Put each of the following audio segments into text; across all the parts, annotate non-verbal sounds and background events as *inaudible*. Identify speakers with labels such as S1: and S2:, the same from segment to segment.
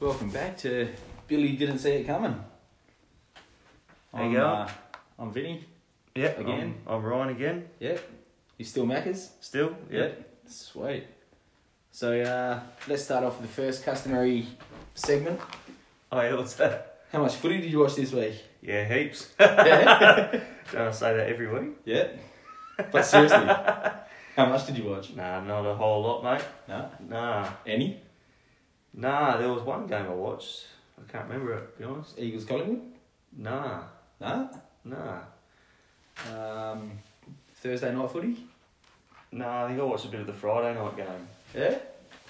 S1: Welcome back to Billy Didn't See It Coming.
S2: There you go.
S1: uh, I'm Vinny.
S2: Yeah,
S1: Again.
S2: I'm, I'm Ryan again.
S1: Yep. You still Maccas?
S2: Still, *laughs* yeah.
S1: Sweet. So uh, let's start off with the first customary segment.
S2: Oh yeah, what's that?
S1: How much footy did you watch this
S2: *laughs*
S1: week? *laughs*
S2: Yeah, heaps.
S1: yeah.
S2: Don't I say that every week?
S1: yeah. But seriously, how much did you watch?
S2: Nah, not a whole lot, mate.
S1: No.
S2: Nah,
S1: Any?
S2: nah. There was one game I watched. I can't remember it. To be honest.
S1: Eagles Collingwood?
S2: Nah,
S1: No.
S2: nah,
S1: Um, Thursday night footy?
S2: nah. I think I watched a bit of the Friday night game.
S1: Yeah.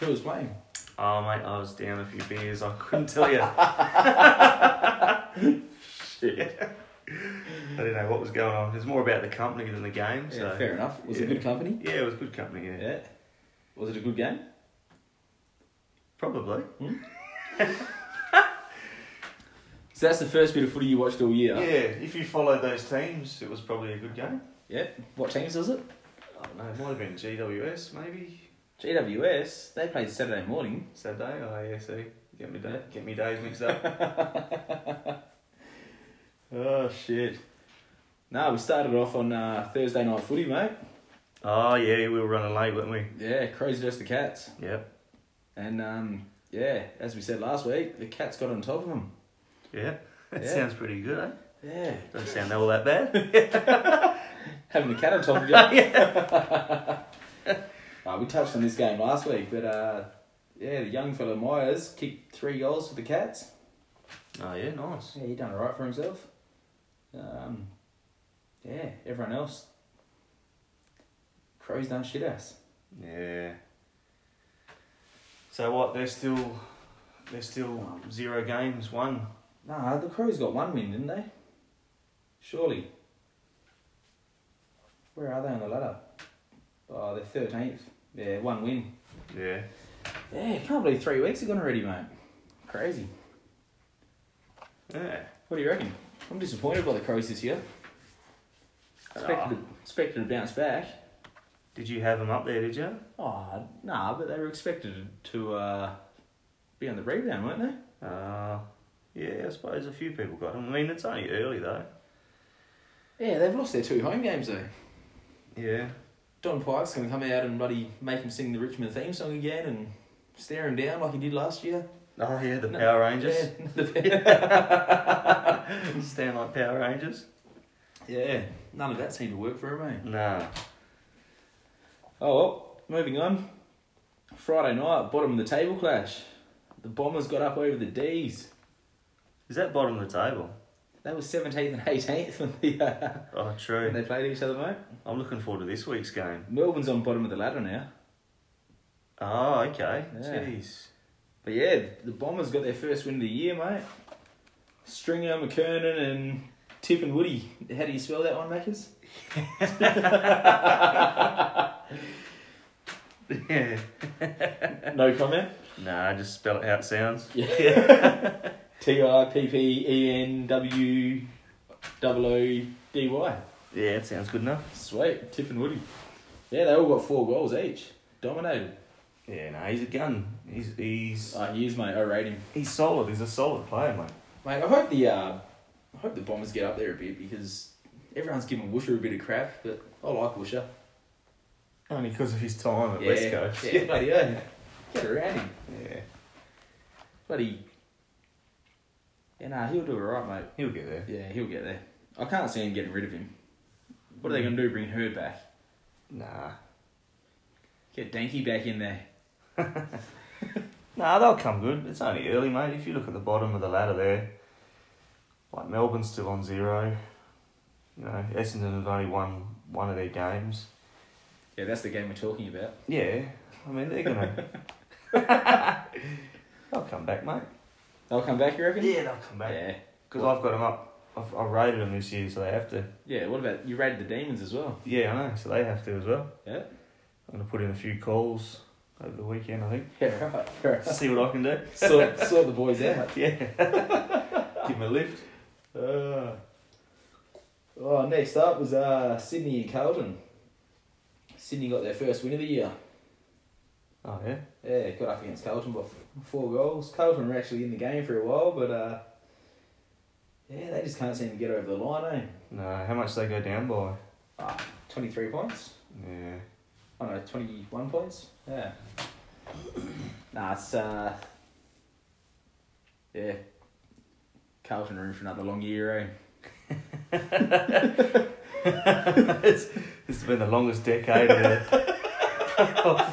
S1: Who was playing?
S2: Oh mate, I was down a few beers. I couldn't tell you. *laughs* I
S1: Shit.
S2: didn't know what was going on. It was more about the company than the game.
S1: Yeah,
S2: So
S1: fair enough. Was it
S2: yeah.
S1: good company?
S2: Yeah, it was good company. Yeah,
S1: Yeah. Was it a good game?
S2: probably.
S1: So that's the first bit of footy you watched all year.
S2: Yeah. if you followed those teams, it was probably a good game.
S1: Yeah. What teams was it?
S2: I don't know. It might have been GWS maybe.
S1: GWS. They played Saturday morning.
S2: Saturday, oh yeah, see, get me
S1: Yeah.
S2: da- get me days mixed *laughs* up.
S1: Oh shit. No, we started off on uh, Thursday night footy, mate.
S2: oh yeah, we were running late, weren't we?
S1: Yeah, Crows versus the Cats,
S2: Yep.
S1: and um, yeah, as we said last week, the Cats got on top of them.
S2: Yeah. That
S1: Yeah.
S2: sounds pretty good, eh?
S1: Yeah,
S2: Doesn't sound all that *laughs* bad.
S1: having the cat on top *laughs* of you. *laughs* Uh, we touched on this game last week, but uh, yeah, the young fella Myers kicked three goals for the Cats.
S2: oh yeah, nice.
S1: Yeah, he done alright for himself. Um, yeah, everyone else. Crows done shit ass.
S2: Yeah. So what? They're still, they're still zero games won.
S1: Nah, the Crows got one win, didn't they? Surely. Where are they on the ladder? Oh, they're thirteenth. Yeah, one win.
S2: Yeah.
S1: Yeah, can't believe three weeks have gone already, mate. Crazy.
S2: Yeah.
S1: What do you reckon? I'm disappointed by the Crows this year.
S2: Ah.
S1: Expected, to, expected to bounce back.
S2: Did you have them up there? Did you?
S1: Oh, nah, but they were expected to uh, be on the rebound, weren't they?
S2: Uh, yeah. I suppose a few people got them. I mean, it's only early though.
S1: Yeah, they've lost their two home games though.
S2: Yeah.
S1: Don Pike's gonna come out and bloody make him sing the Richmond theme song again and stare him down like he did last year.
S2: Oh yeah, the
S1: No.
S2: Power Rangers.
S1: *laughs* Yeah. *laughs*
S2: Stand like Power Rangers.
S1: yeah, none of that seemed to work for him, eh?
S2: Nah.
S1: Oh well, moving on. Friday night, bottom of the table clash. The Bombers got up over the D's.
S2: Is that bottom of the table? they
S1: They were 17th and 18th when, the, uh,
S2: Oh,
S1: when
S2: true.
S1: they played each other, mate.
S2: I'm looking forward to this week's game.
S1: Melbourne's on bottom of the ladder now.
S2: Oh, okay.
S1: Yeah.
S2: Jeez. *laughs*
S1: But yeah, the Bombers got their first win of the year, mate. Stringer, McKernan, and Tip and Woody. How do you spell that one, Mackers?
S2: Yeah.
S1: *laughs* No comment.
S2: Nah, just spell it how it sounds.
S1: *laughs* T I P P E N W O O D Y.
S2: Yeah, it sounds good enough.
S1: Sweet, Tip and Woody. Yeah, they all got four goals each. Dominated.
S2: Yeah, no, he's a gun. He's he's
S1: Ah, he is, mate. I rate him.
S2: he's solid. He's a solid player, mate.
S1: Mate, I hope the uh, I hope the Bombers get up there a bit because everyone's giving Woosher a bit of crap, but I like Woosher.
S2: Only because of his time at West Coast. *laughs*
S1: Yeah, bloody yeah. Get around him.
S2: yeah.
S1: Bloody. Yeah, nah, he'll do alright,
S2: He'll get there.
S1: mate. Yeah, he'll get there. I can't see him getting rid of him. What are they going to do? Bring her back?
S2: Nah.
S1: Get Danky back in there.
S2: Nah, they'll come good. It's only early, mate. If you look at the bottom of the ladder there, like Melbourne's still on zero. You know, Essendon have only won one of their games.
S1: Yeah, that's the game we're talking about.
S2: Yeah, I mean they're gonna. *laughs* they'll come back, mate.
S1: They'll come back, you reckon?
S2: they'll come
S1: Yeah.
S2: Because I've got them up. I've, I've rated them this year, so they have to.
S1: Yeah, what about you rated the Demons as
S2: *laughs*
S1: well?
S2: Yeah, I know. So they have to as well.
S1: Yeah.
S2: I'm gonna put in a few calls over the weekend. I think. *laughs*
S1: Yeah, right. *laughs* right.
S2: See what I can do.
S1: sort, sort the boys out.
S2: Yeah. *laughs* Give them a lift.
S1: Uh, oh, next up was uh, Sydney and Carlton. Sydney got their first win of the year.
S2: Oh yeah.
S1: Yeah, got up against Carlton by f- four goals. Carlton were actually in the game for a while, but uh, yeah, they just can't seem to get over the line, eh?
S2: No, how much they go down by?
S1: Ah, 23 points.
S2: *laughs* Yeah.
S1: Oh no, 21 points? Yeah. *coughs* nah, it's, uh, yeah. Carlton room for another long year, eh?
S2: it's, it's been the longest decade of, their- *laughs* of,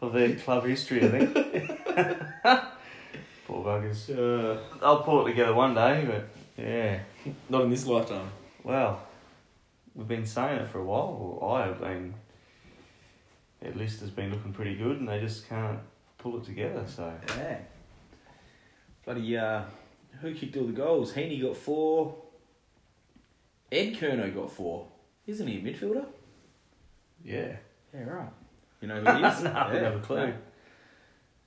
S2: of their club history, I think. *laughs* Poor buggers.
S1: Uh,
S2: They'll pull it together one day, but yeah.
S1: not in this lifetime.
S2: Well, we've been saying it for a while. Or I have been. At least has been looking pretty good, and they just can't pull it together. So
S1: Yeah. Bloody, uh, who kicked all the goals? Heaney got four. Ed Kerno got four. Isn't he a midfielder?
S2: yeah,
S1: Yeah, right. You know who he
S2: *laughs*
S1: is?
S2: No, I don't
S1: Yeah,
S2: have a clue.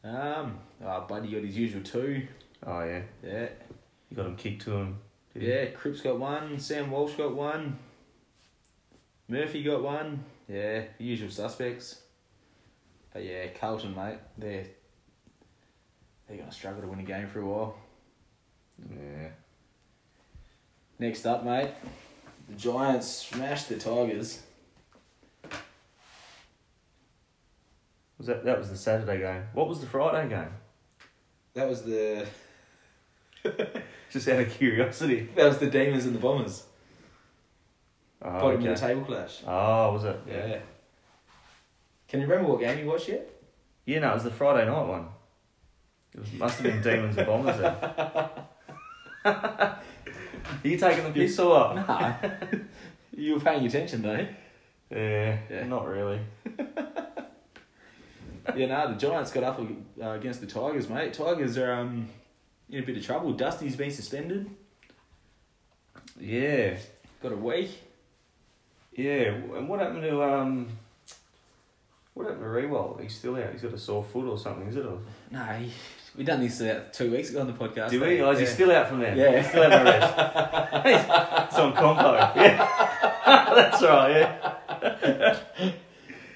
S1: no. Um, oh, Buddy got his usual two.
S2: Oh yeah,
S1: Yeah.
S2: you got them kicked to him.
S1: Yeah, Cripps got one. Sam Walsh got one. Murphy got one. Yeah, the usual suspects. But yeah, Carlton, mate, they're, they're going to struggle to win a game for a while.
S2: Yeah.
S1: Next up, mate, the Giants smashed the Tigers.
S2: Was that that was the Saturday game? What was the Friday game? *laughs*
S1: That was the *laughs*
S2: Just out of curiosity.
S1: that was the Demons and the Bombers.
S2: Oh,
S1: Bottom
S2: okay.
S1: of the table clash.
S2: oh was it?
S1: Yeah. Can you remember what game you watched yet?
S2: Yeah, no, it was the Friday night one. It was, must have been Demons and Bombers then. *laughs* Are you taking the piss or what?
S1: Nah. *laughs* you were paying attention though.
S2: Yeah,
S1: Yeah.
S2: not really.
S1: yeah, nah, the Giants got up uh, against the Tigers, mate. Tigers are um in a bit of trouble. Dusty's been suspended.
S2: Yeah,
S1: Got a week.
S2: yeah. And what happened to um? What happened to Rewald? He's still out. He's got a sore foot or something, is it? Or,
S1: Nah, he, we done this uh, two weeks ago on the podcast.
S2: do
S1: eh?
S2: we? Oh, is he
S1: Yeah.
S2: still out from there?
S1: Yeah.
S2: He's still out of rest. *laughs* it's on combo. Yeah, *laughs* that's right. Yeah.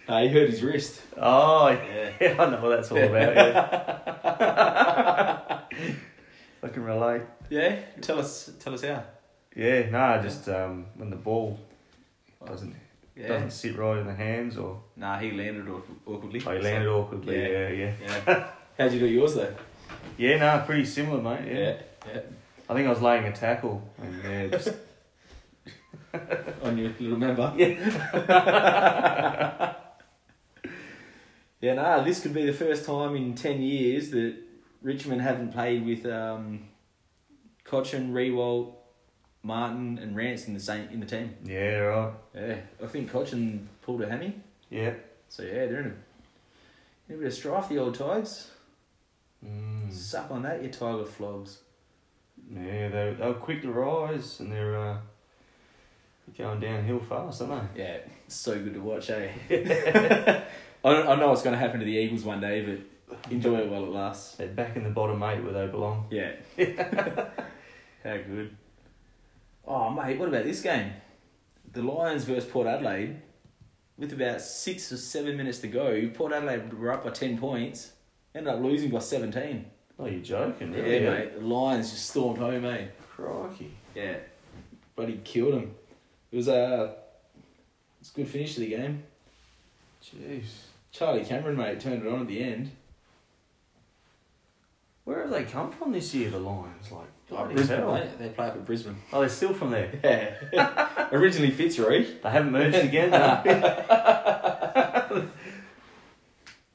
S1: Nah, he hurt his wrist.
S2: Oh, *laughs*
S1: Yeah.
S2: yeah. I know what that's all about. Yeah. I can relate.
S1: Yeah. Tell us. Tell us how.
S2: Yeah, nah, just um, when the ball doesn't
S1: Yeah.
S2: doesn't sit right in the hands or
S1: Nah, he landed awk- awkwardly.
S2: I Oh, landed awkwardly.
S1: Yeah.
S2: Yeah, yeah,
S1: Yeah. *laughs* How'd you do yours though?
S2: yeah. Nah, pretty similar, mate. Yeah.
S1: Yeah.
S2: I think I was laying a tackle and yeah, just
S1: On your little member.
S2: yeah.
S1: *laughs* Yeah, nah, this could be the first time in 10 years that Richmond haven't played with um, Cochin, Rewalt, Martin, and Rance in the same in the team.
S2: Yeah, right.
S1: Yeah, I think Cochin pulled a hammy.
S2: Yeah.
S1: So, yeah, they're in a, in a bit of strife, the old Tigers.
S2: Mm.
S1: Suck on that, you Tiger flogs.
S2: Yeah, they they were quick to rise and they're uh, going downhill fast, aren't
S1: Yeah, so good to watch, eh? *laughs*
S2: they?
S1: I, don't, I know what's going to happen to the Eagles one day, but enjoy it while it lasts.
S2: They're back in the bottom eight where they belong.
S1: Yeah. *laughs* How good. Oh, mate, what about this game? The Lions versus Port Adelaide. With about six or seven minutes to go, Port Adelaide were up by 10 points, ended up losing by 17.
S2: Oh, you're joking,
S1: Yeah,
S2: really?
S1: mate. The Lions just stormed home, eh?
S2: Crikey.
S1: Yeah. But he killed him. It was a, it's a good finish to the game.
S2: Jeez.
S1: Charlie Cameron, mate, turned it on at the end.
S2: Where have they come from this year, the Lions? Like, bloody
S1: Brisbane,
S2: hell.
S1: mate. They play up at Brisbane.
S2: Oh, they're still from there.
S1: Yeah. *laughs* Originally Fitzroy.
S2: They haven't merged again, *laughs* though.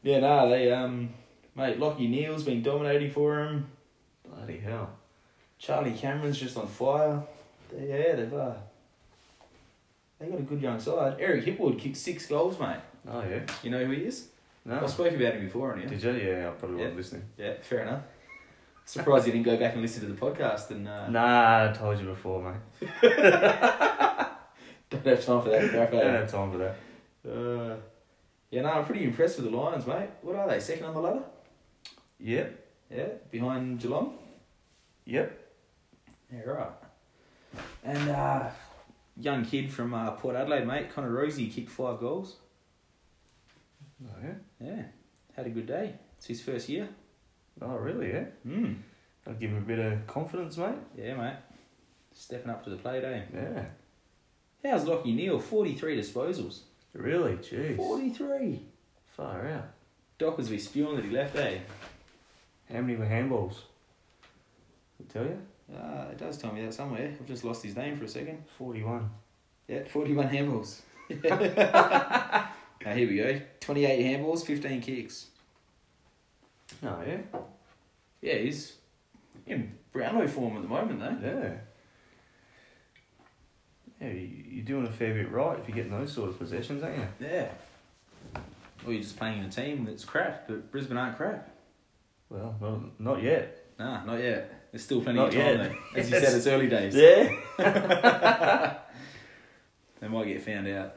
S1: Yeah, no, they um, mate, Lockie Neal's been dominating for him.
S2: bloody hell.
S1: Charlie Cameron's just on fire. They, yeah, they've uh, they got a good young side. Eric Hipwood kicked six goals, mate.
S2: Oh, yeah.
S1: You know who he is? I
S2: No.
S1: spoke about him before on here.
S2: Did you? Yeah, I probably
S1: Yeah.
S2: wasn't listening.
S1: Yeah, fair enough. Surprised you didn't go back and listen to the podcast and uh,
S2: Nah, I told you before, mate.
S1: *laughs* don't have time for that crap.
S2: I don't
S1: eh?
S2: *laughs* have time for that.
S1: Uh, yeah, no, I'm pretty impressed with the Lions, mate. What are they? Second on the ladder?
S2: Yep.
S1: Yeah, behind Geelong.
S2: Yep.
S1: Yeah, right. And uh, young kid from uh, Port Adelaide, mate, Connor Rosie kicked five goals.
S2: Oh, yeah.
S1: Yeah. had a good day. It's his first year.
S2: Oh, really? Yeah.
S1: Mm.
S2: That'll give him a bit of confidence, mate.
S1: Yeah, mate. Stepping up to the plate, eh?
S2: Yeah.
S1: How's Lockie Neal? 43 disposals.
S2: Really? Jeez.
S1: 43.
S2: Far out.
S1: Dockers be spewing that he left, eh?
S2: How many were handballs? I tell you,
S1: Ah, it does tell me that somewhere. I've just lost his name for a second.
S2: forty-one.
S1: Yeah, 41 *laughs* handballs. now, Ah, here we go. 28 handballs, 15 kicks.
S2: Oh yeah.
S1: Yeah, he's in Brownlow form at the moment, though.
S2: Yeah. Yeah, you- you're doing a fair bit right if you're getting those sort of possessions, aren't you?
S1: Yeah. Or you're just playing in a team that's crap, but Brisbane aren't crap.
S2: Well, not, not yet.
S1: Nah, not yet. There's still plenty of
S2: Not
S1: time,
S2: yet.
S1: though. *laughs* As you said, it's early days.
S2: Yeah.
S1: They might get found out.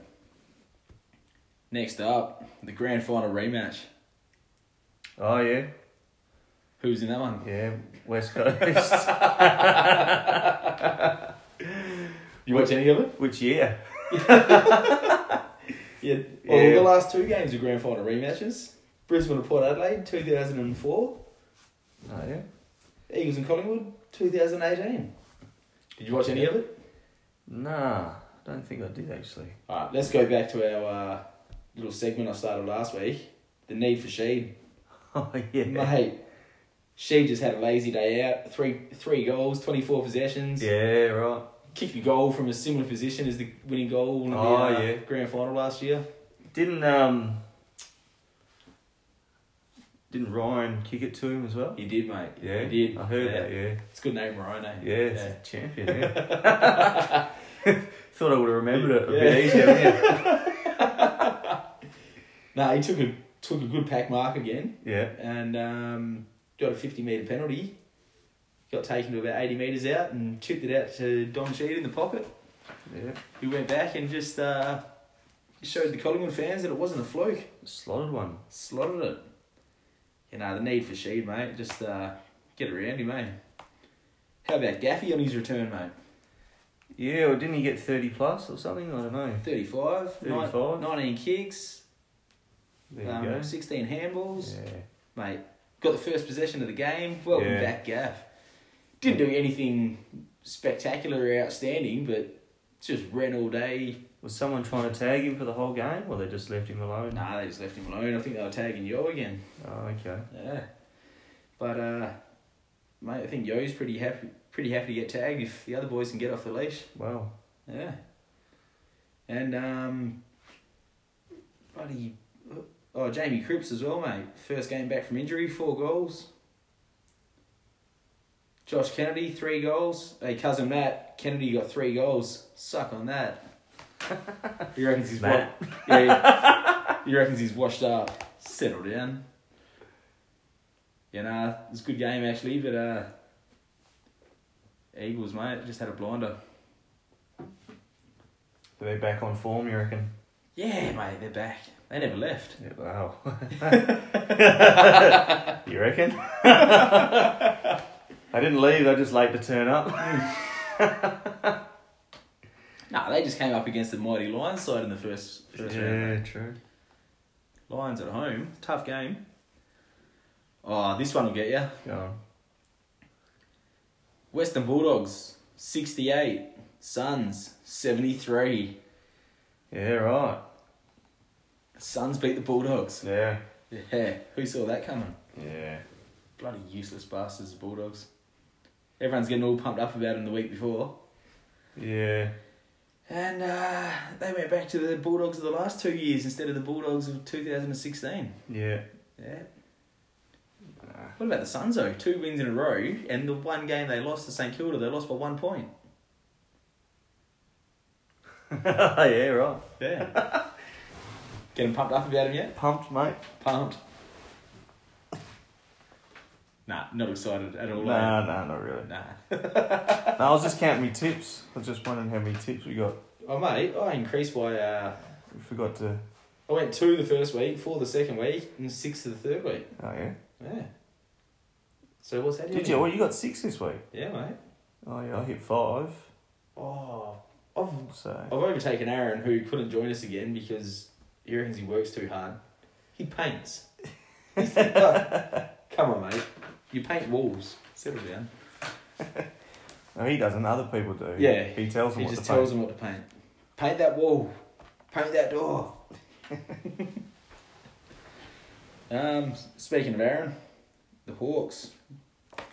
S1: Next up, the grand final rematch.
S2: Oh yeah.
S1: Who's in that one?
S2: Yeah. West *laughs* Coast.
S1: You watch any of it?
S2: Which year?
S1: Yeah.
S2: Yeah.
S1: Well, the last two games are grand final rematches. Brisbane and Port Adelaide, 2004.
S2: Oh yeah.
S1: Eagles and Collingwood, 2018. Did you watch any of it?
S2: Nah, I don't think I did actually. *laughs*
S1: All right, let's go back to our uh, little segment I started last week. The need for Sheed.
S2: Oh yeah.
S1: Mate, she just had a lazy day out. Three three goals, 24 possessions.
S2: Yeah. Right.
S1: Kicked a goal from a similar position as the winning goal in the
S2: Oh,
S1: uh,
S2: yeah.
S1: grand final last year.
S2: Didn't um. Didn't Ryan kick it to him as well?
S1: He did, mate.
S2: Yeah.
S1: He did.
S2: I heard
S1: Yeah.
S2: that. Yeah.
S1: It's a good name, Ryan, eh?
S2: Yeah, it's a champion. *laughs* Yeah. *laughs* Thought I would have remembered it a bit easier. Yeah.
S1: No, he took a took a good pack mark again
S2: *laughs* yeah.
S1: and um, got a 50 metre penalty. Got taken to about 80 metres out and chipped it out to Don Sheed in the pocket.
S2: Yeah.
S1: He went back and just uh, showed the Collingwood fans that it wasn't a fluke.
S2: Slotted one.
S1: Slotted it. You know, the need for Sheed, mate. Just uh, get around him, mate. How about Gaffy on his return, mate?
S2: Yeah, or didn't he get 30 plus or something? I don't know.
S1: 35, nine-
S2: 35.
S1: 19 kicks,
S2: There you go.
S1: um, 16 handballs.
S2: Yeah.
S1: mate. Got the first possession of the game. Welcome
S2: Yeah.
S1: back, Gaff. Didn't do anything spectacular or outstanding, but just ran all day.
S2: Was someone trying to tag him for the whole game or they just left him alone?
S1: Nah, they just left him alone. I think they were tagging Yo again.
S2: Oh, okay.
S1: Yeah. But uh mate, I think Yo's pretty happy pretty happy to get tagged if the other boys can get off the leash.
S2: Wow.
S1: Yeah. And um buddy Oh, Jamie Cripps as well, mate. First game back from injury, four goals. Josh Kennedy, three goals. Hey, cousin Matt, Kennedy got three goals. Suck on that. He reckons he's
S2: Matt.
S1: wa- yeah, he reckons he's washed up. Settle down. Yeah, nah, it's a good game actually, but uh Eagles, mate, just had a blinder.
S2: They're back on form, you reckon?
S1: Yeah, mate, they're back. They never left.
S2: Yeah, wow. *laughs* you reckon? *laughs* I didn't leave, I just late to turn up.
S1: No, they just came up against the mighty Lions side in the first,
S2: *laughs*
S1: first round.
S2: true.
S1: Lions at home, tough game. Oh, this one will get you.
S2: Go on.
S1: Western Bulldogs, 68. Suns, 73.
S2: Yeah, right.
S1: Suns beat the Bulldogs.
S2: Yeah.
S1: Yeah, who saw that coming?
S2: Yeah.
S1: Bloody useless bastards, Bulldogs. Everyone's getting all pumped up about them the week before.
S2: Yeah.
S1: And uh, they went back to the Bulldogs of the last two years instead of the Bulldogs of 2016.
S2: Yeah.
S1: Yeah.
S2: Nah.
S1: What about the Suns though? Two wins in a row, and the one game they lost to St Kilda, they lost by one point.
S2: *laughs* yeah, right.
S1: Yeah. Getting pumped up about him yet?
S2: Pumped, mate.
S1: Pumped. Nah, not excited at all.
S2: Nah, nah, not
S1: eh?
S2: really.
S1: Nah.
S2: No, I was just counting my tips. I was just wondering how many tips we got.
S1: Oh mate, I increased by. Uh,
S2: We forgot to.
S1: I went two the first week, four the second week, and six to the third week.
S2: Oh yeah.
S1: Yeah. So what's that?
S2: Did you?
S1: doing?
S2: Well, you got six this week.
S1: Yeah, mate.
S2: Oh yeah, I hit five.
S1: Oh, I've I've
S2: So.
S1: overtaken Aaron, who couldn't join us again because he reckons he works too hard. He paints. It's like, "Oh, Come on, mate. You paint walls. Settle down.
S2: No, he doesn't. Other people do.
S1: Yeah.
S2: He tells them
S1: He
S2: what
S1: just
S2: to paint.
S1: tells them what to paint. Paint that wall. Paint that door. *laughs* um, speaking of Aaron, the Hawks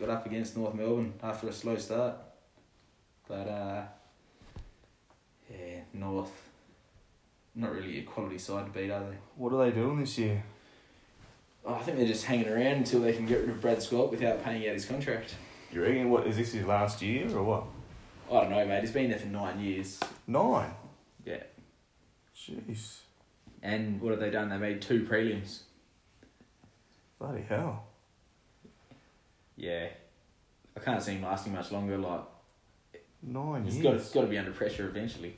S1: got up against North Melbourne after a slow start, but uh, yeah, North not really a quality side to beat, are they?
S2: What are they doing this year?
S1: Oh, I think they're just hanging around until they can get rid of Brad Scott without paying out his contract.
S2: You reckon what is this his last year or what?
S1: I don't know, mate. He's been there for nine years.
S2: Nine.
S1: Yeah.
S2: Jeez.
S1: And what have they done? They made two prelims.
S2: Bloody hell.
S1: Yeah. I can't see him lasting much longer. Like
S2: Nine
S1: he's got
S2: years.
S1: got to be under pressure eventually.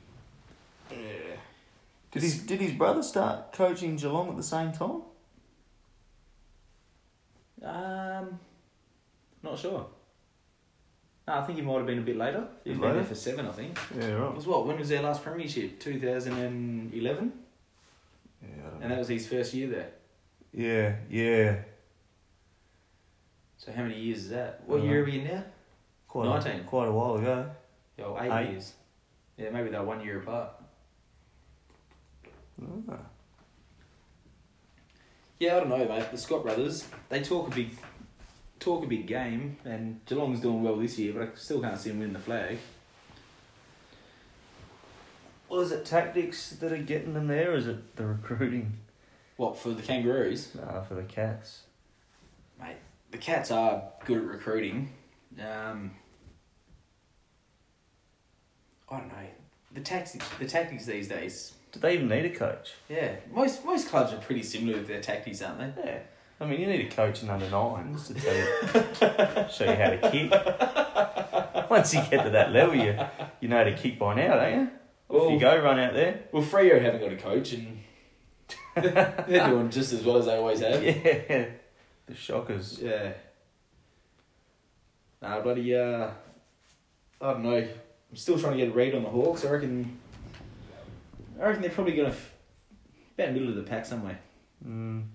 S2: Yeah. Did his did his brother start coaching Geelong at the same time?
S1: Um, not sure. No, I think he might have been a bit later. He's been
S2: Later?
S1: there for seven, I think.
S2: Yeah,
S1: It
S2: right.
S1: was what? When was their last premiership? Two thousand and eleven,
S2: Yeah, I don't
S1: and that
S2: know.
S1: was his first year there.
S2: Yeah, yeah.
S1: So how many years is that? What
S2: Uh,
S1: year are we in now?
S2: Quite A,
S1: 19.
S2: quite a while ago.
S1: Oh, eight,
S2: eight.
S1: years. Yeah, maybe they're one year apart.
S2: Ah.
S1: Yeah, I don't know, mate. The Scott brothers, they talk a big, talk a big game, and Geelong's doing well this year, but I still can't see them winning the flag.
S2: Well, is it tactics that are getting them there? Or is it the recruiting?
S1: What for the Kangaroos?
S2: Nah, for the Cats.
S1: The Cats are good at recruiting. Um, I don't know the tactics. The tactics these days,
S2: Do they even need a coach?
S1: yeah. Most most clubs are pretty similar with their tactics, aren't they?
S2: Yeah. I mean, you need a coach in under nines to tell you, show you how to kick. Once you get to that level, you you know how to kick by now, don't you? if you
S1: Well,
S2: go run out there,
S1: well, Freo haven't got a coach, and *laughs* they're doing just as well as they always have.
S2: *laughs* yeah, the shockers.
S1: Yeah. Nah, bloody, uh, I don't know. I'm still trying to get a read on the Hawks. I reckon. I reckon they're probably gonna f- about middle of the pack somewhere
S2: Mm,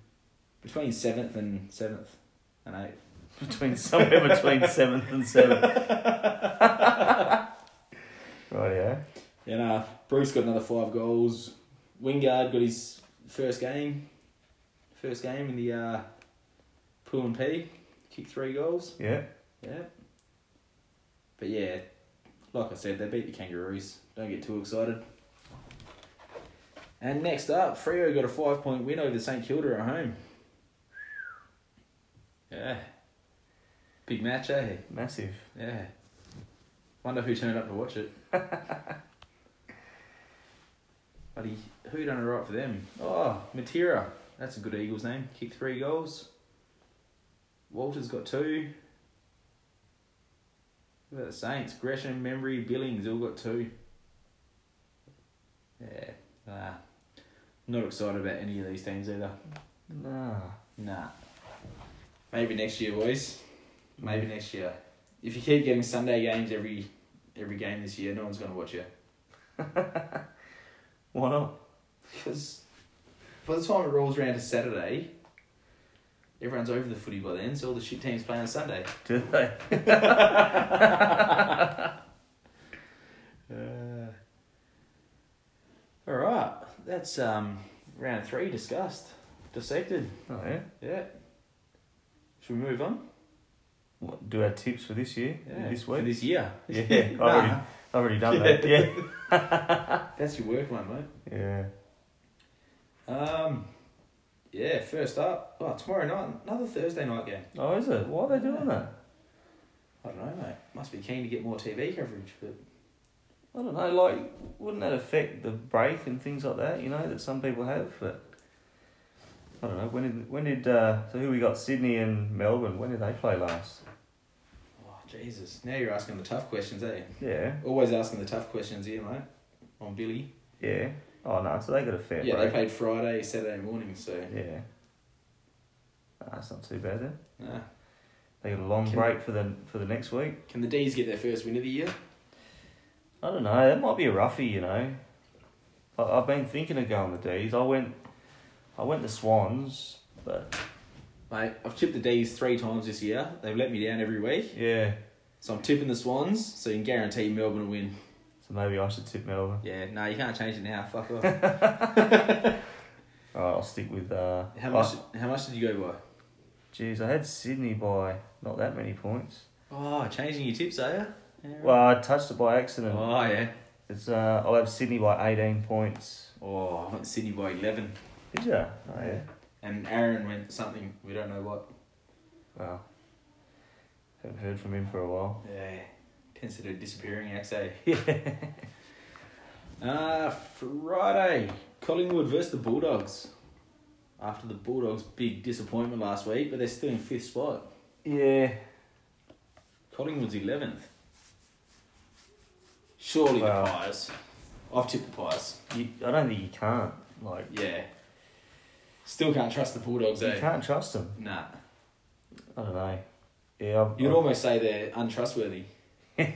S1: between seventh and seventh and eighth.
S2: between somewhere between seventh and seventh. *laughs* right, yeah.
S1: Yeah, nah. Bruce got another five goals. Wingard got his first game, first game in the uh, pool and P. Kicked three goals.
S2: Yeah.
S1: Yeah. But yeah, like I said, they beat the Kangaroos. Don't get too excited. And next up, Freo got a five point win over St Kilda at home. Yeah. Big match, eh?
S2: Massive.
S1: Yeah. Wonder who turned up to watch it. *laughs* Buddy, who done it right for them? Oh, Matera. That's a good Eagles name. Kicked three goals. Walters got two. What about the Saints? Gresham, Memory, Billings all got two. Yeah. Nah. Not excited about any of these teams either.
S2: Nah.
S1: Nah. Maybe next year, boys. Maybe next year. If you keep getting Sunday games every every game this year, no one's going to watch you.
S2: Why not?
S1: Because by the time it rolls around to Saturday, everyone's over the footy by then, so all the shit teams play on Sunday.
S2: Do they?
S1: all right, that's um round three discussed, dissected.
S2: Oh yeah.
S1: Yeah. Should we move on?
S2: What, do our tips for this year? This
S1: For
S2: week.
S1: this year.
S2: Yeah.
S1: *laughs*
S2: *laughs* I've
S1: Nah,
S2: already, I've already done
S1: *laughs*
S2: that. Yeah.
S1: that's your work one, mate.
S2: Yeah.
S1: Um, yeah, first up, oh, tomorrow night, another Thursday night game.
S2: Oh, is it? Why are they doing that?
S1: I don't know, mate. Must be keen to get more TV coverage, but
S2: I don't know. Like, wouldn't that affect the break and things like that? You know that some people have, but I don't know. When did when did uh, so who we got Sydney and Melbourne? When did they play last?
S1: oh Jesus! Now you're asking the tough questions, eh?
S2: Yeah.
S1: Always asking the tough questions here, mate. On Billy.
S2: Yeah. Oh no. So they got a fair
S1: Yeah, they
S2: break.
S1: played Friday, Saturday morning, so
S2: Yeah. Ah, That's not too bad then.
S1: nah.
S2: They got a long
S1: Can-
S2: break for the for the next week.
S1: Can the D's get their first win of the year?
S2: I don't know. That might be a roughie, you know. I, I've been thinking of going the D's. I went, I went the Swans, but
S1: Mate, I've tipped the D's three times this year. They've let me down every week.
S2: Yeah.
S1: So I'm tipping the Swans, so you can guarantee Melbourne will win.
S2: So maybe I should tip Melbourne.
S1: Yeah, no, you can't change it now. Fuck off.
S2: All right, I'll stick with. Uh,
S1: How
S2: oh,
S1: much? How much did you go by?
S2: Jeez, I had Sydney by not that many points.
S1: Oh, changing your tips, are you?
S2: Well, I touched it by accident.
S1: oh yeah.
S2: It's uh, I'll have Sydney by eighteen points.
S1: Oh, I went Sydney by eleven,
S2: Did you? Oh yeah.
S1: and Aaron went something we don't know what.
S2: Wow. Haven't heard from him for a while.
S1: Yeah, considered disappearing act, eh?
S2: Yeah.
S1: *laughs* Uh, Friday, Collingwood versus the Bulldogs. After the Bulldogs' big disappointment last week, but they're still in fifth spot.
S2: Yeah.
S1: Collingwood's eleventh. Surely
S2: Wow.
S1: the Pies. I've tipped the Pies.
S2: You, I don't think you can't. Like
S1: Yeah. Still can't trust the Bulldogs,
S2: you
S1: eh?
S2: can't trust them.
S1: Nah.
S2: I don't know. Yeah. I'm,
S1: You'd
S2: I'm-
S1: almost say they're untrustworthy.
S2: Is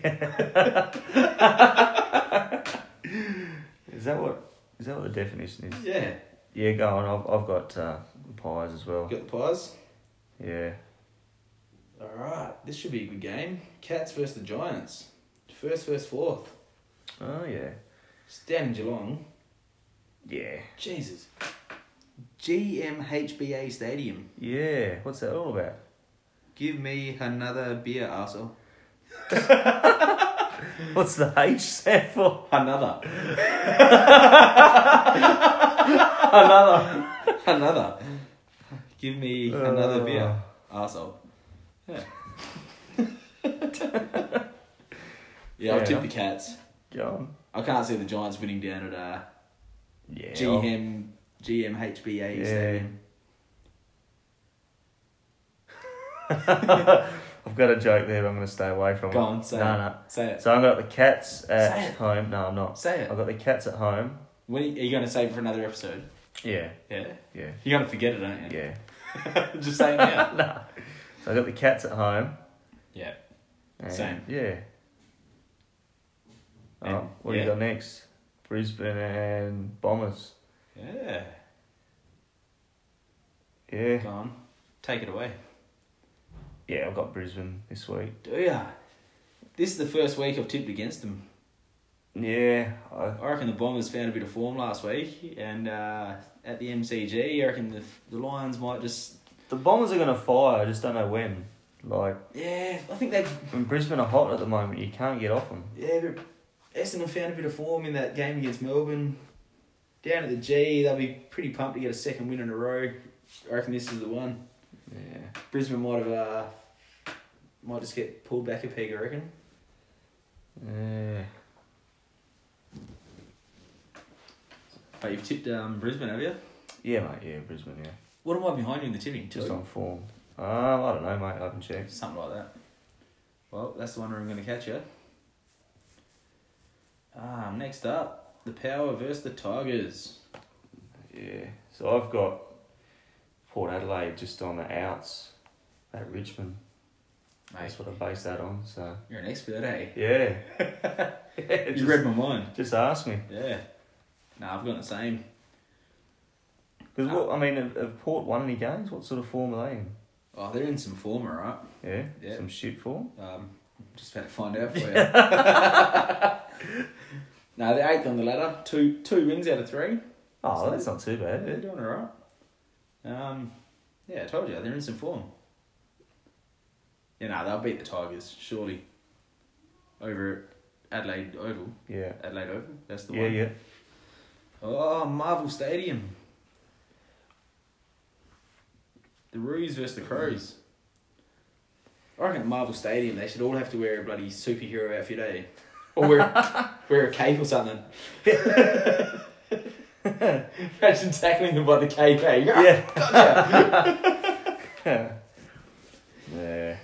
S2: that what? Is that what the definition is?
S1: Yeah.
S2: Yeah. Go on. I've I've got uh, pies as well.
S1: Got the Pies.
S2: Yeah.
S1: All right, this should be a good game. Cats versus the Giants. First, first, fourth.
S2: Oh yeah.
S1: Stan Geelong.
S2: Yeah.
S1: Jesus. GMHBA Stadium.
S2: Yeah. What's that all about? *laughs*
S1: Give me another beer, arsehole.
S2: What's the H stand for?
S1: Another.
S2: Another.
S1: *laughs* another. Give me another beer, arsehole. Yeah. *laughs* yeah, I'll
S2: Fair
S1: tip
S2: enough.
S1: the Cats.
S2: Go on.
S1: I can't see the Giants winning down at uh,
S2: Yeah. I'll-
S1: GM, GMHBA
S2: Yeah.
S1: Stadium.
S2: *laughs* I've got a joke there. but I'm going to stay away from.
S1: Go
S2: it.
S1: on, say
S2: No,
S1: it.
S2: no.
S1: Say it.
S2: So I've got the cats
S1: Say
S2: at
S1: it.
S2: home. No, I'm not.
S1: Say it.
S2: I've got the cats at home.
S1: When are you, are you going to save it for another episode?
S2: Yeah.
S1: Yeah.
S2: Yeah.
S1: You're going to forget it, aren't you?
S2: Yeah.
S1: *laughs* Just saying
S2: *laughs*
S1: now.
S2: So I've got the cats at home.
S1: Yeah.
S2: and-
S1: Same.
S2: Yeah.
S1: And-
S2: oh, what
S1: yeah.
S2: do you got next? Brisbane and Bombers.
S1: Yeah.
S2: Yeah.
S1: Go on. Take it away.
S2: Yeah, I've got Brisbane this week.
S1: Do ya? This is the first week I've tipped against them.
S2: Yeah. I,
S1: I reckon the Bombers found a bit of form last week, and uh, at the MCG, I reckon the, the Lions might just.
S2: the Bombers are going to fire. I just don't know when. Like,
S1: Yeah, I think they.
S2: when Brisbane are hot at the moment, you can't get off them.
S1: Yeah, but Essendon found a bit of form in that game against Melbourne. Down at the G, they'll be pretty pumped to get a second win in a row. I reckon this is the one.
S2: Yeah.
S1: Brisbane might have uh, might just get pulled back a peg, I reckon.
S2: Yeah.
S1: But you've tipped um, Brisbane, have you?
S2: Yeah, mate. Yeah, Brisbane. Yeah.
S1: What am I behind you in the tipping?
S2: Just
S1: Two?
S2: on form. Um, I don't know, mate. I haven't checked.
S1: Something like that. Well, that's the one where I'm going to catch you. Um, next up, the Power versus the Tigers.
S2: Yeah. So I've got Port Adelaide just on the outs at Richmond.
S1: Mate,
S2: That's what I base that on. So
S1: you're an expert, eh? *laughs*
S2: yeah.
S1: You
S2: just,
S1: read my mind.
S2: just ask me
S1: Yeah. Nah, I've got the same.
S2: because
S1: Ah.
S2: what I mean, have, have Port won any games? What sort of form are they in?
S1: Oh, they're in some form, alright.
S2: Yeah.
S1: Yeah.
S2: Some shit form.
S1: Um, just about to find out *laughs* for you. no, they're eighth on the ladder. Two two wins out of three.
S2: Oh,
S1: So-
S2: that's not too
S1: Yeah,
S2: bad.
S1: they're doing alright. Um, yeah, I told you, they're in some form. Yeah, no, they'll beat the Tigers, surely. Over at Adelaide Oval.
S2: Yeah.
S1: Adelaide Oval, that's the
S2: Yeah,
S1: one.
S2: yeah. *laughs*
S1: Oh, Marvel Stadium. The Roos versus the Crows. I reckon at Marvel Stadium they should all have to wear a bloody superhero outfit, eh? Or
S2: *laughs*
S1: wear, wear a cape or something. *laughs* Imagine tackling them by the cape, eh?
S2: Yeah. yeah.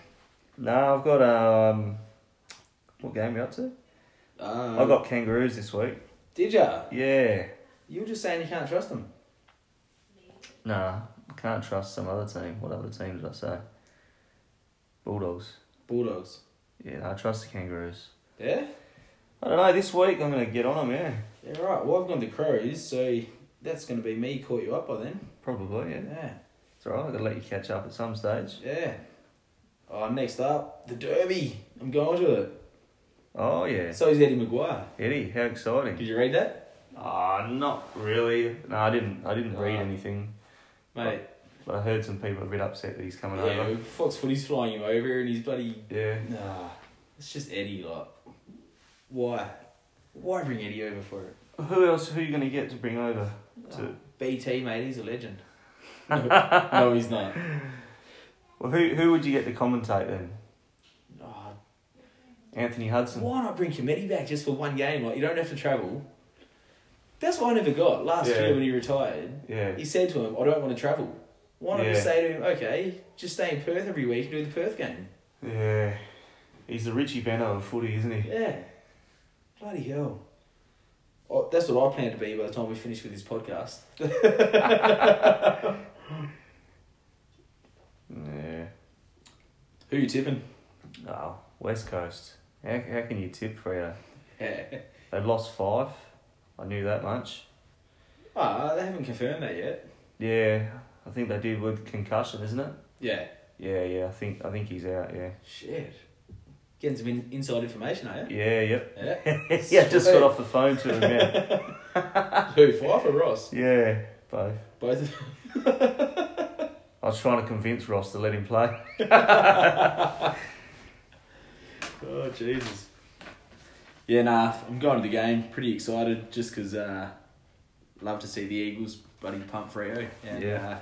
S2: No, I've got um. What game are you up to?
S1: Um,
S2: I've got kangaroos this week.
S1: Did ya?
S2: Yeah.
S1: You were just saying you can't trust them.
S2: Nah, can't trust some other team. What other team did I say? Bulldogs.
S1: Bulldogs.
S2: Yeah, I trust the Kangaroos.
S1: Yeah?
S2: I don't know. This week I'm gonna get on them. Yeah,
S1: Yeah, right. Well, I've gone to Crows, so that's going to be me caught you up by then.
S2: probably. Yeah.
S1: Yeah.
S2: It's alright, I've got to let you catch up at some stage.
S1: Yeah. Oh, next up, the Derby. I'm going to it.
S2: Oh, yeah.
S1: So is Eddie Maguire.
S2: Eddie, how exciting.
S1: Did you read that?
S2: Ah, not really. No, I didn't. I didn't read
S1: Ah.
S2: anything,
S1: Mate,
S2: but I heard some people are a bit upset that he's coming
S1: yeah,
S2: over.
S1: Fox footy's flying him over and he's bloody.
S2: Yeah,
S1: Nah. It's just Eddie, like. Why? Why bring Eddie over for it?
S2: Who else? Who are you going to get to bring over? To
S1: Oh, BT, mate, he's a
S2: *laughs*
S1: legend. No, no he's not.
S2: well, who who would you get to commentate then?
S1: Oh,
S2: Anthony Hudson.
S1: why not bring Committee back just for one game? Like, you don't have to travel. That's what I never got last
S2: Yeah.
S1: year when he retired.
S2: Yeah,
S1: He said to him, I don't want to travel. Why not
S2: Yeah.
S1: just say to him, okay, just stay in Perth every week and do the Perth game?
S2: yeah. He's the Richie Beno of footy, isn't he?
S1: Yeah. Bloody hell. Oh, that's what I plan to be by the time we finish with this podcast.
S2: Yeah.
S1: Who you tipping?
S2: Oh, West Coast. How how can you tip Freo?
S1: Yeah.
S2: They lost five. I knew that much.
S1: Ah, they haven't confirmed that yet.
S2: Yeah, I think they did with concussion, isn't it?
S1: Yeah.
S2: Yeah, yeah. I think I think he's out. Yeah.
S1: Shit. Getting some in- inside information, eh?
S2: Yeah. Yep. *laughs*
S1: Yeah.
S2: yeah, just got off the phone to
S1: *laughs*
S2: him. Yeah.
S1: *laughs* Who, Fife or Ross?
S2: yeah. Both.
S1: Both of them.
S2: I was trying to convince Ross to let him play.
S1: Oh, Jesus. Yeah, nah, I'm going to the game. Pretty excited just because uh, love to see the Eagles buddy pump Freo. And,
S2: Yeah.
S1: Uh,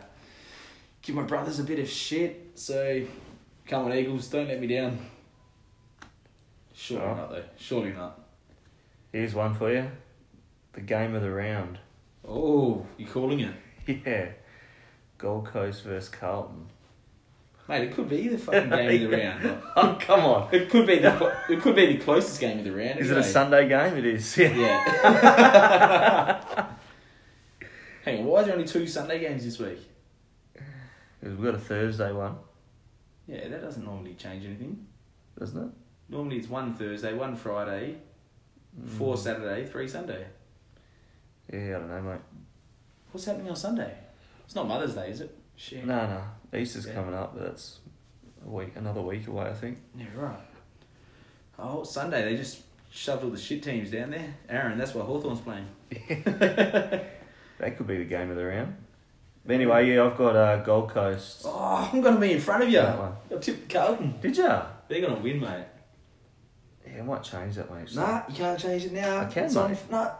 S1: give my brothers a bit of shit. So, come on, Eagles, don't let me down. Surely
S2: Sure.
S1: not, though. Surely not.
S2: Here's one for you. The game of the round. *laughs*
S1: Oh, you calling it?
S2: Yeah. Gold Coast versus Carlton.
S1: Mate, it could be the
S2: *laughs*
S1: fucking game of the round.
S2: Oh, come on.
S1: It could be the clo- it could be the closest game of the round.
S2: Is it a
S1: anyway.
S2: Sunday game? It is. *laughs* Yeah.
S1: Yeah.
S2: *laughs*
S1: Hang on, why is there only two Sunday games this week?
S2: 'Cause We've got a Thursday one,
S1: Yeah, that doesn't normally change anything.
S2: doesn't it?
S1: Normally it's one Thursday, one Friday,
S2: Mm.
S1: four Saturday, three Sunday.
S2: Yeah, I don't know, mate.
S1: What's happening on Sunday? It's not Mother's Day, is it? Shit.
S2: No, no. Easter's
S1: Yeah.
S2: coming up, but that's a week, another week away, I think. *laughs*
S1: Yeah, right. Oh, Sunday, they just shoved all the shit teams down there. Aaron, that's why Hawthorn's playing. *laughs*
S2: That could be the game of the round. But anyway, yeah, I've got uh, Gold Coast.
S1: Oh, I'm going to be in front of you.
S2: That one.
S1: I tipped Carlton.
S2: Did ya?
S1: They're going to win, mate.
S2: Yeah, I might change that, mate. actually.
S1: Nah, you can't change it now.
S2: I can,
S1: it's on,
S2: mate.
S1: Nah,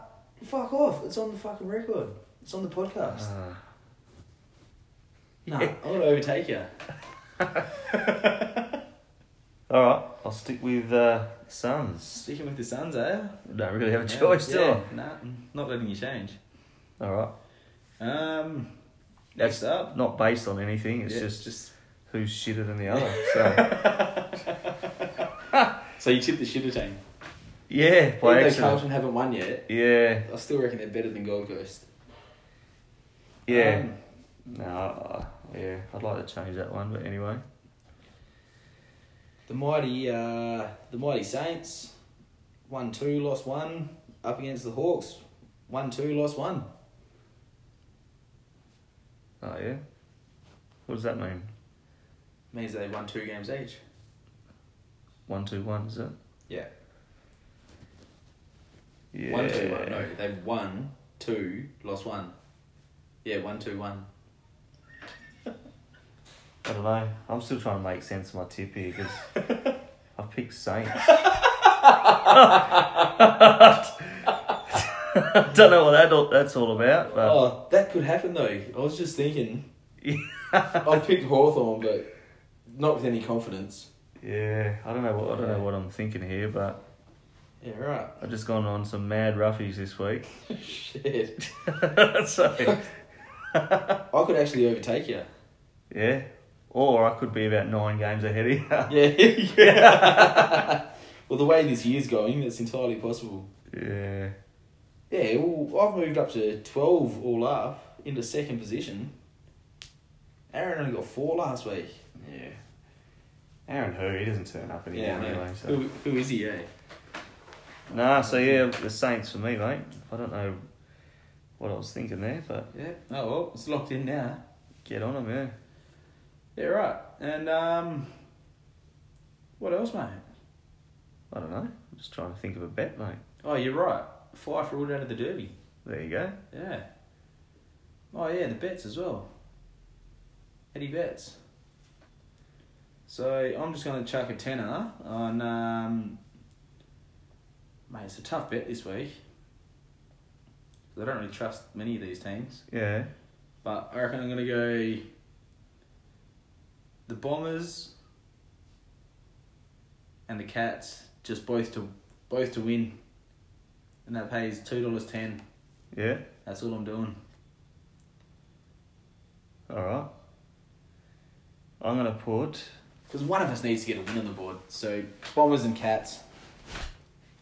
S1: fuck off. It's on the fucking record. It's on the podcast.
S2: Ah. *laughs*
S1: nah, I'm gonna overtake
S2: *laughs*
S1: you.
S2: all right, I'll stick with uh, Suns.
S1: Sticking with the Suns, eh?
S2: Don't really have a choice, do I?
S1: yeah, Nah, not letting you change.
S2: All right.
S1: Um,
S2: That's-
S1: next up,
S2: Not based on anything. It's
S1: yeah,
S2: just
S1: just
S2: who's shitter than the other.
S1: *laughs*
S2: So
S1: so you tip the shitter team.
S2: yeah,
S1: Even
S2: by
S1: though
S2: accident.
S1: Carlton haven't won yet,
S2: Yeah,
S1: I still reckon they're better than Gold Coast.
S2: yeah.
S1: Um,
S2: no, uh, yeah. I'd like to change that one, but anyway.
S1: the mighty, uh, the mighty Saints, one two lost one up against the Hawks, one two lost one.
S2: Oh yeah. What does that mean?
S1: Means they won two games each.
S2: One two one is it?
S1: Yeah.
S2: Yeah.
S1: One two one. No, they've won two, lost one. Yeah, one two one. *laughs*
S2: I don't know. I'm still trying to make sense of my tip here
S1: *laughs*
S2: because I've picked Saints. *laughs* don't know what that all, that's all about, but
S1: oh, that could happen though. I was just thinking.
S2: *laughs*
S1: I picked Hawthorn, but not with any confidence.
S2: yeah, I don't know what I don't know what I'm thinking here, but
S1: Yeah, right. *laughs*
S2: I've just gone on some mad roughies this week. *laughs*
S1: Shit.
S2: so *laughs*
S1: I could actually overtake you.
S2: yeah, or I could be about nine games ahead of you.
S1: Yeah. *laughs* yeah. well, the way this year's going, that's entirely possible.
S2: *laughs* yeah,
S1: Yeah, well, I've moved up to 12 all up into second position. Aaron only got four last week.
S2: yeah. Aaron Hur, he doesn't turn up anymore
S1: Yeah, mate.
S2: anyway. So.
S1: Who, who is he, eh?
S2: Nah, so yeah, the Saints for me, mate. I don't know what I was thinking there, but
S1: Yeah. Oh well, it's locked in now.
S2: get on them, yeah.
S1: Yeah, right. And um, what else, mate?
S2: I don't know. I'm just trying to think of a bet, mate.
S1: Oh, you're right. Fife ruled out of the Derby.
S2: There you go.
S1: Yeah. Oh yeah, the bets as well. Eddie bets. So I'm just gonna chuck a tenner on. Um, mate, it's a tough bet this week. 'Cause I don't really trust many of these teams,
S2: Yeah.
S1: but I reckon I'm gonna go. The Bombers. And the Cats just both to both to win. And that pays two dollars ten.
S2: Yeah.
S1: That's all I'm doing.
S2: All right. I'm gonna put.
S1: Because one of us needs to get a win on the board. So bombers and cats.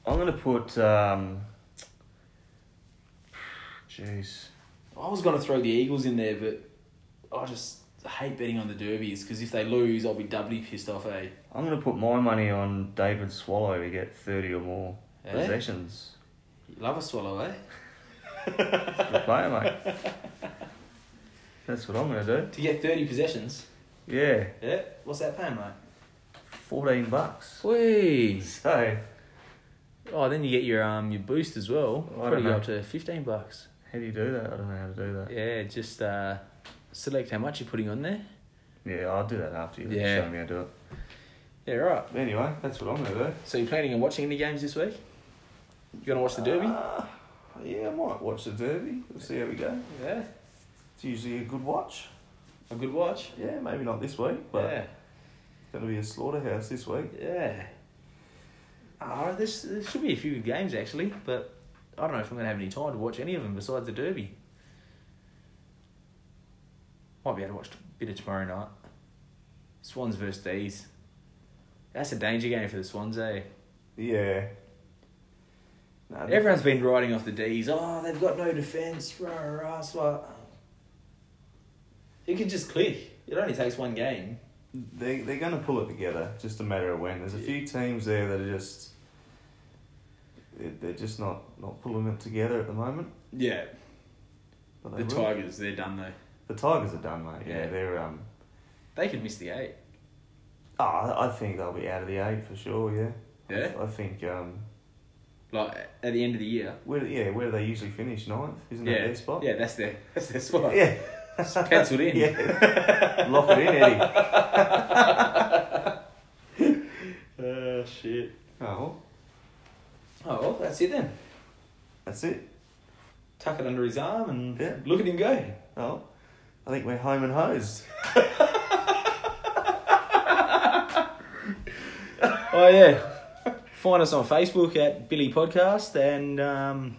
S2: I'm gonna put. Um. Jeez.
S1: I was gonna throw the Eagles in there, but I just hate betting on the derbies because if they lose, I'll be doubly pissed off. Eh?
S2: I'm gonna put my money on David Swallow to get thirty or more
S1: Eh?
S2: possessions.
S1: You love a swallow, eh?
S2: Good player, mate. That's what I'm gonna do.
S1: *laughs* To get thirty possessions.
S2: Yeah,
S1: Yeah. What's that paying, mate?
S2: fourteen bucks.
S1: Whee!
S2: So
S1: Oh, then you get your um your boost as well.
S2: I don't Probably go know. up
S1: to fifteen bucks.
S2: how do you do that? I don't know how to do that.
S1: Yeah, just uh, select how much you're putting on there.
S2: Yeah, I'll do that after you
S1: Yeah.
S2: show me how to do it.
S1: Yeah, right.
S2: Anyway, that's what I'm gonna do.
S1: So you're planning on watching any games this week? You gonna watch the derby?
S2: Uh, yeah, I might watch the derby. We'll see how we go.
S1: yeah.
S2: It's usually a good watch.
S1: A good watch.
S2: Yeah, maybe not this week, but
S1: yeah.
S2: it's going to be a slaughterhouse this week.
S1: Yeah. Ah, this there should be a few good games actually, but I don't know if I'm gonna have any time to watch any of them besides the Derby. Might be able to watch a bit of tomorrow night. Swans versus D's. That's a danger game for the Swans, eh?
S2: Yeah. No,
S1: Everyone's been riding off the D's. Oh, they've got no defence. Rah rah. It's like it can just click. It only takes one game.
S2: they, they're going to pull it together, just a matter of when. There's a few teams there that are just. they- They're just not, not pulling it together at the moment.
S1: Yeah,
S2: But they
S1: the
S2: will.
S1: Tigers. They're done though.
S2: the Tigers are done, mate. Yeah,
S1: Yeah.
S2: they're. um.
S1: They could miss the eight.
S2: Oh, I I think they'll be out of the eight for sure, yeah. I
S1: Yeah.
S2: th- I, think. um.
S1: Like at the end of the year.
S2: Where, yeah, where do they usually finish? Ninth? Isn't that
S1: yeah,
S2: their spot?
S1: yeah, that's their *laughs* that's their spot.
S2: *laughs* Yeah.
S1: It's penciled in.
S2: *laughs* Yeah. Lock it in, Eddie.
S1: Uh, shit.
S2: Oh, well,
S1: Oh well, that's it then.
S2: that's it.
S1: Tuck it under his arm and
S2: Yeah.
S1: look at him go.
S2: Oh, I think we're home and hosed.
S1: Oh yeah. Find us on Facebook at Billy Podcast and um,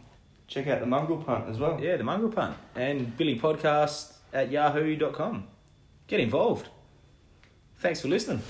S2: Check out the mongrel punt as well.
S1: yeah, the Mongrel Punt and Billy Podcast at yahoo.com. Get involved. Thanks for listening.